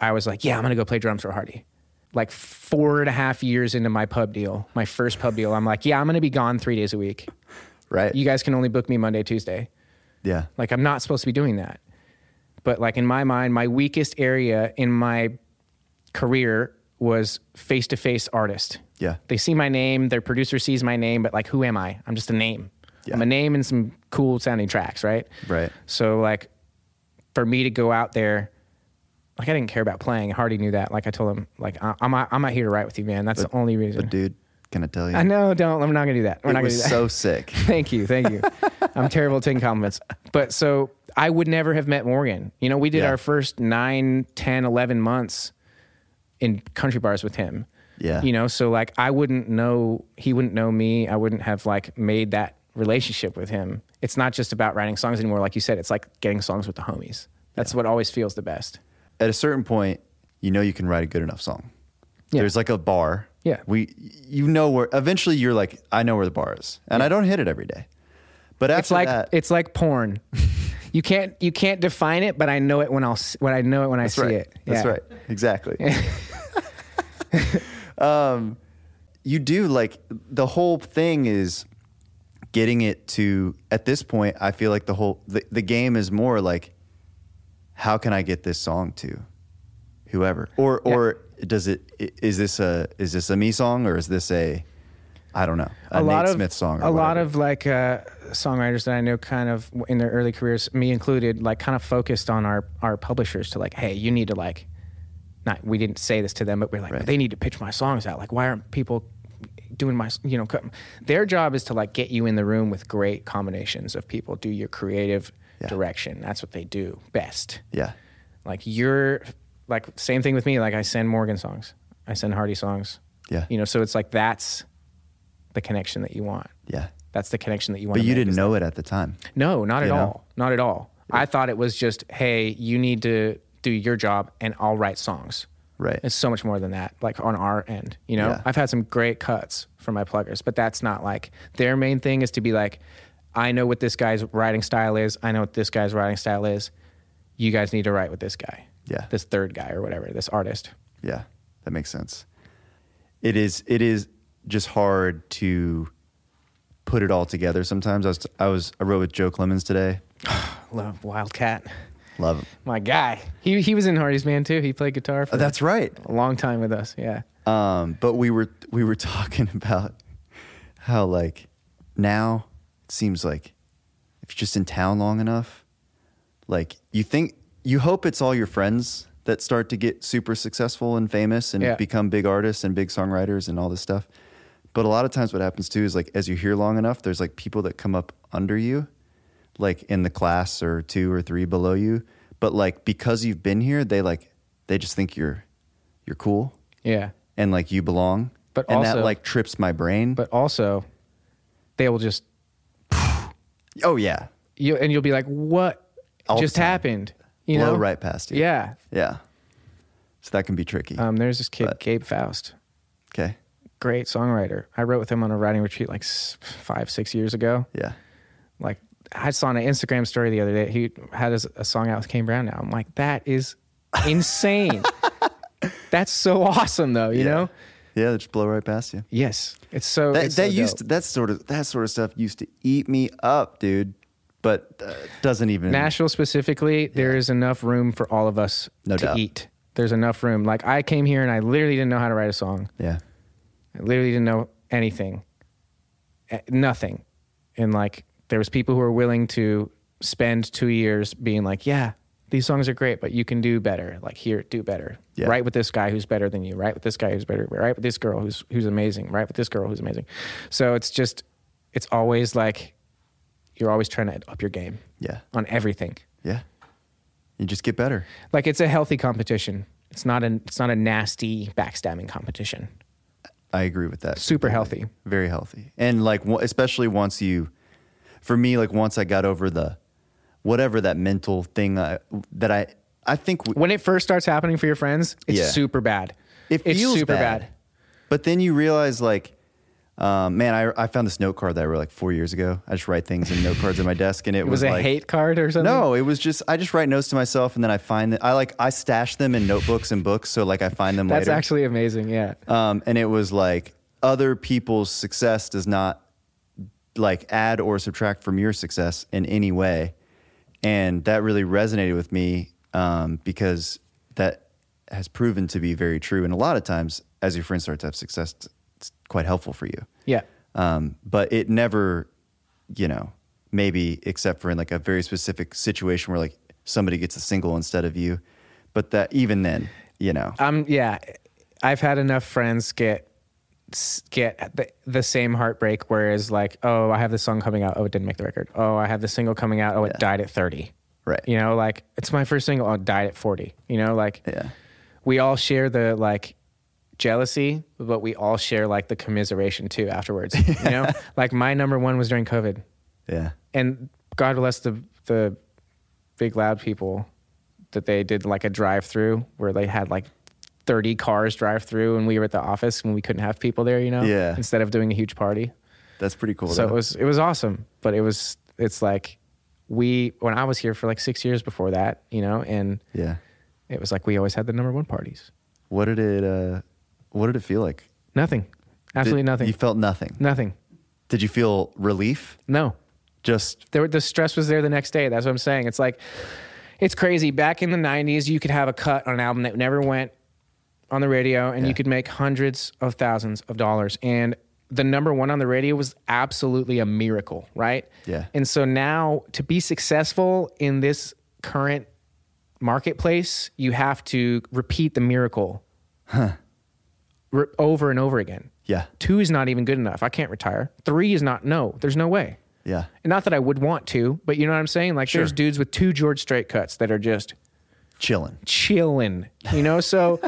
I was like, yeah, I'm gonna go play drums for Hardy. Like four and a half years into my pub deal, my first pub deal, I'm like, yeah, I'm gonna be gone three days a week.
right?
You guys can only book me Monday, Tuesday.
yeah,
Like I'm not supposed to be doing that. But like in my mind, my weakest area in my career was face to face artist.
Yeah.
They see my name, their producer sees my name, but like who am I? I'm just a name.
Yeah.
I'm a name and some cool sounding tracks, right?
Right.
So like for me to go out there like I didn't care about playing. Hardy knew that. Like I told him, like I- I'm not, I'm not here to write with you, man. That's the only reason.
but dude, can I tell you?
I know. Don't. I'm not gonna do that. We're
it
not gonna do
was
that.
so sick.
Thank you. Thank you. I'm terrible at taking compliments. But so I would never have met Morgan. You know, we did
Yeah.
our first nine, 10, 11 months in country bars with him.
Yeah.
You know, so like I wouldn't know, he wouldn't know me. I wouldn't have like made that relationship with him. It's not just about writing songs anymore. Like you said, it's like getting songs with the homies. That's what always feels the best.
at a certain point, you know you can write a good enough song.
Yeah.
There's like a bar.
Yeah.
We you know where eventually you're like, I know where the bar is. And I don't hit it every day. But after
It's like
that,
it's like porn. you can't you can't define it, but I know it when I'll s- when I know it when I see
right.
it.
That's
Yeah.
right. Exactly. um you do like the whole thing is getting it to at this point, I feel like the whole the, the game is more like how can I get this song to? whoever. Or or does it i- is this a is this a me song or is this a I don't know a, Nate Smith song? Or
a lot
whatever?
of like uh, songwriters that I know, kind of in their early careers, me included, like kind of focused on our our publishers to like, hey, you need to like, not we didn't say this to them, but we're like, they need to pitch my songs out. Like, why aren't people doing my, you know, co- their job is to like get you in the room with great combinations of people, do your creative direction. That's what they do best
yeah.
like you're like same thing with me like i send morgan songs i send hardy songs
Yeah.
you know so it's like that's the connection that you want
Yeah.
that's the connection that you want
But
to
you
make.
didn't know it at the time.
no not at
know?
all not at all i thought it was just hey you need to do your job and i'll write songs
Right.
it's so much more than that like on our end you know
Yeah.
i've had some great cuts from my pluggers but that's not like their main thing is to be like i know what this guy's writing style is i know what this guy's writing style is you guys need to write with this guy
Yeah.
this third guy or whatever this artist
Yeah, that makes sense. It is it is just hard to put it all together sometimes. I was I was I wrote with Joe Clemens today.
love wildcat
Love him.
my guy he, he was in hardy's man too he played guitar for
That's right.
a long time with us yeah
Um, but we were we were talking about how like now it seems like if you're just in town long enough, like you think you hope it's all your friends that start to get super successful and famous and
Yeah.
become big artists and big songwriters and all this stuff. But a lot of times what happens too is like as you're here long enough, there's like people that come up under you, like in the class or two or three below you. But like because you've been here, they like they just think you're you're cool
yeah
and like you belong.
But
and that
also-
like trips my brain.
but also they will just
oh yeah,
you and you'll be like what
All the
just
time.
happened you
blow
know
right past you.
yeah
yeah. So that can be tricky.
um, there's this kid gabe faust
okay.
great songwriter. I wrote with him on a writing retreat like s- five, six years ago.
Yeah.
Like I saw on an Instagram story the other day, he had his, a song out with Kane Brown. Now I'm like, that is insane. That's so awesome, though. You
yeah.
know?
Yeah, they just blow right past you.
Yes, it's so.
That,
it's Oh. so
that used
dope.
to, that sort of that sort of stuff used to eat me up, dude. But uh, doesn't even
Nashville specifically, there is enough room for all of us
No
to
doubt.
eat. There's enough room. Like I came here and I literally didn't know how to write a song.
Yeah.
I literally didn't know anything, Eh, nothing, and like there was people who were willing to spend two years being like, yeah, these songs are great, but you can do better. Like here, do better.
Yeah.
Write with this guy who's better than you. Write with this guy who's better. Write with this girl who's who's amazing. Write with this girl who's amazing. So it's just, it's always like, you're always trying to up your game
Yeah.
on everything.
Yeah. You just get better.
Like it's a healthy competition. It's not an it's not a nasty backstabbing competition.
I agree with that.
Super healthy.
very healthy and like wo- especially once you for me like once i got over the whatever that mental thing I, that i i think we,
when it first starts happening for your friends, it's
Yeah.
super bad.
it
it's
feels
super
bad.
bad.
but then you realize like um, man I, I found this note card that i wrote like four years ago i just write things in note cards at my desk and it,
It was a
like
hate card or something.
no it was just i just write notes to myself and then i find that i like i stash them in notebooks and books so like i find them
that's
later
actually amazing. Yeah,
um, and it was like other people's success does not like add or subtract from your success in any way and that really resonated with me um, because that has proven to be very true and a lot of times as your friends start to have success it's quite helpful for you
yeah,
um, but it never, you know, maybe except for in like a very specific situation where like somebody gets a single instead of you. But that even then, you know,
um, yeah. I've had enough friends get s- get the, the same heartbreak. Whereas, like, oh, I have this song coming out. Oh, it didn't make the record. Oh, I have this single coming out. Oh, it died at thirty.
Right.
You know, like it's my first single. Oh, it died at forty. You know, like
Yeah.
we all share the like jealousy, but we all share like the commiseration too afterwards. You know, like my number one was during COVID.
yeah,
and God bless the the big loud people that they did like a drive through where they had like 30 cars drive through and we were at the office when we couldn't have people there, you know,
Yeah.
instead of doing a huge party.
that's pretty cool.
So it
though.
was it was awesome, but it was it's like we when I was here for like 6 years before that, you know, and
yeah.
it was like we always had the number 1 parties.
What did it? Uh, what did it feel like?
Nothing. Absolutely
Did-
nothing.
You felt nothing.
nothing.
Did you feel relief?
No.
Just
there, the stress was there the next day. That's what I'm saying. It's like it's crazy. Back in the '90s, you could have a cut on an album that never went on the radio, and you could make hundreds of thousands of dollars. And the number one on the radio was absolutely a miracle, right?
Yeah.
And so now, to be successful in this current marketplace, you have to repeat the miracle re- over and over again.
Yeah.
Two is not even good enough. I can't retire. Three is not. No, there's no way.
Yeah.
And not that I would want to, but you know what I'm saying? Like there's dudes with two George Strait cuts that are just
Chilling.
chilling, you know? So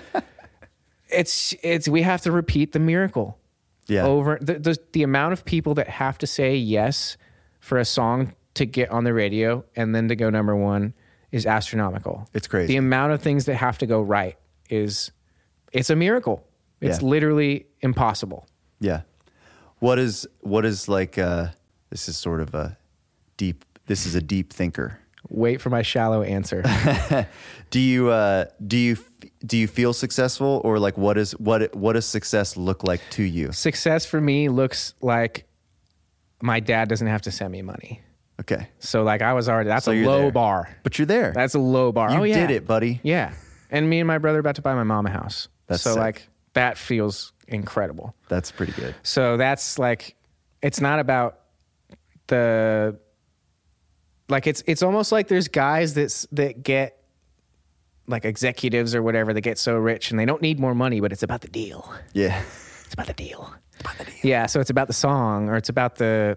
it's, it's, we have to repeat the miracle
Yeah.
over the, the, the amount of people that have to say yes for a song to get on the radio and then to go number one is astronomical.
It's crazy.
The amount of things that have to go right is, it's a miracle. It's
Yeah.
literally impossible.
Yeah. What is what is like uh this is sort of a deep this is a deep thinker.
Wait for my shallow answer.
Do you uh do you f- do you feel successful or like what is what what does success look like to you?
success for me looks like my dad doesn't have to send me money.
Okay.
So like I was already that's a
you're
low
there.
bar.
But you're there.
That's a low bar.
you
oh yeah.
did it, buddy.
Yeah. And me and my brother about to buy my mom a house.
That's
so
sick.
like that feels incredible.
That's pretty good.
So that's like it's not about the like it's it's almost like there's guys that's that get like executives or whatever that get so rich and they don't need more money, but it's about the deal.
Yeah.
It's about the deal. Yeah, so it's about the song or it's about the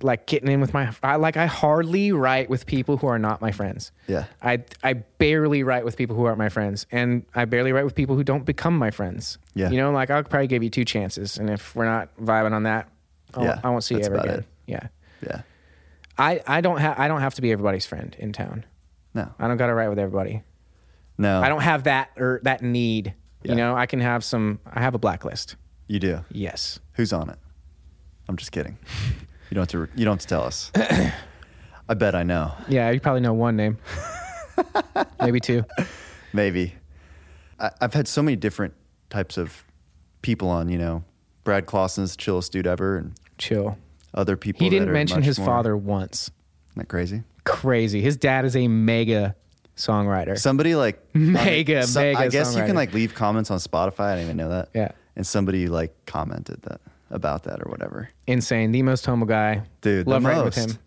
like getting in with my I like I hardly write with people who are not my friends.
Yeah.
I I barely write with people who aren't my friends and I barely write with people who don't become my friends.
Yeah.
You know, like I'll probably give you two chances and if we're not vibing on that, I'll,
Yeah,
I won't see you
that's
ever
about
again.
it.
Yeah.
Yeah.
I I don't have I don't have to be everybody's friend in town.
No.
I don't got to write with everybody.
No.
I don't have that or that need.
Yeah.
You know, I can have some I have a blacklist.
You do.
Yes.
Who's on it? I'm just kidding. You don't have to re- you don't have to tell us. I bet I know.
Yeah, you probably know one name. Maybe two.
Maybe. I, I've had so many different types of people on, you know, Brad Clausen's the chillest dude ever and
Chill.
other people.
He
that
didn't
are
mention
much
his
more-
father once.
Isn't that crazy?
Crazy. His dad is a mega songwriter.
Somebody like on the-
Mega, mega
I guess you
songwriter.
can like leave comments on Spotify. I didn't even know that.
Yeah.
And somebody like commented that about that or whatever.
Insane. The most humble guy.
Dude, the
love writing with
most.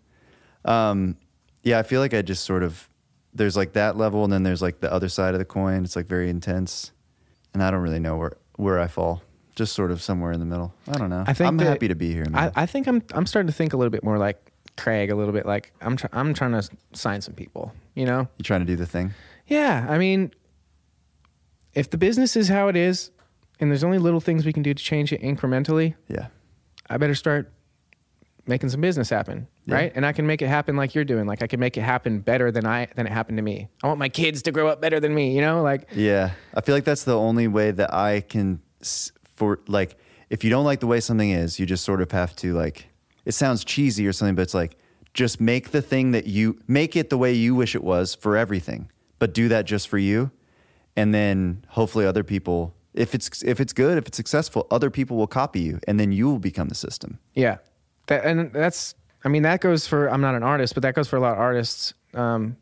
Um,
him.
Yeah, I feel like I just sort of there's like that level and then there's like the other side of the coin. It's like very intense. And I don't really know where where I fall. Just sort of somewhere in the middle. I don't know.
I think
I'm
that-
happy to be here, man.
I, I think I'm I'm starting to think a little bit more like Craig. A little bit like I'm try- I'm trying to sign some people. You know.
you trying to do the thing?
Yeah. I mean, if the business is how it is, and there's only little things we can do to change it incrementally,
Yeah.
I better start making some business happen, right? And I can make it happen like you're doing. Like I can make it happen better than I than it happened to me. I want my kids to grow up better than me, you know? Like
Yeah. I feel like that's the only way that I can s- for like if you don't like the way something is, you just sort of have to like it sounds cheesy or something but it's like just make the thing that you make it the way you wish it was for everything, but do that just for you and then hopefully other people if it's if it's good, if it's successful, other people will copy you and then you will become the system.
yeah. That, and that's I mean that goes for I'm not an artist, but that goes for a lot of artists. Um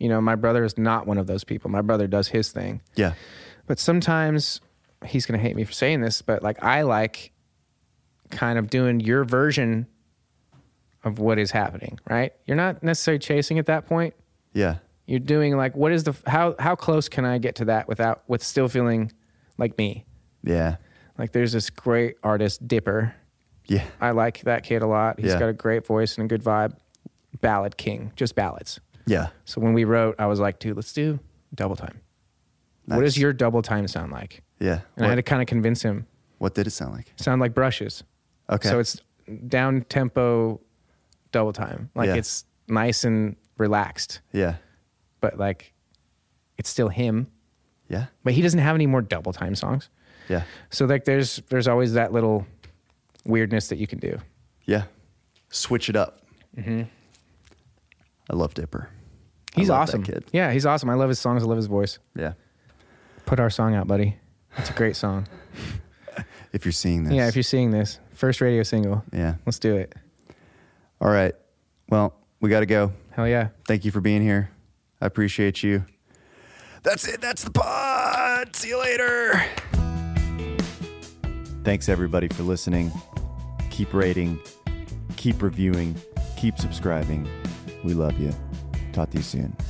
you know, my brother is not one of those people. My brother does his thing.
Yeah.
But sometimes he's going to hate me for saying this, but like I like kind of doing your version of what is happening, right? You're not necessarily chasing at that point.
Yeah.
you're doing like what is the how how close can i get to that without with still feeling like me
Yeah.
like there's this great artist dipper
Yeah.
i like that kid a lot He's
Yeah.
got a great voice and a good vibe ballad king just ballads
Yeah.
so when we wrote i was like dude let's do double time what
Nice.
does your double time sound like
Yeah.
and i
What,
had to kind of convince him
what did it sound like?
sound like brushes
Okay.
so it's down tempo double time like
Yeah.
it's nice and relaxed
Yeah.
but like it's still him
Yeah.
but he doesn't have any more double time songs.
Yeah.
So like there's there's always that little weirdness that you can do.
Yeah. Switch it up. I love Dipper. I
Mm-hmm. He's
love that
awesome.
kid.
Yeah, he's awesome. I love his songs. I love his voice.
Yeah.
Put our song out, buddy. It's a great song.
If you're seeing this.
Yeah, if you're seeing this, first radio single.
Yeah.
Let's do it.
All right. Well, we got to go.
Hell yeah.
Thank you for being here. I appreciate you. That's it. That's the pod. See you later. Thanks, everybody, for listening. Keep rating, keep reviewing, keep subscribing. We love you. Talk to you soon.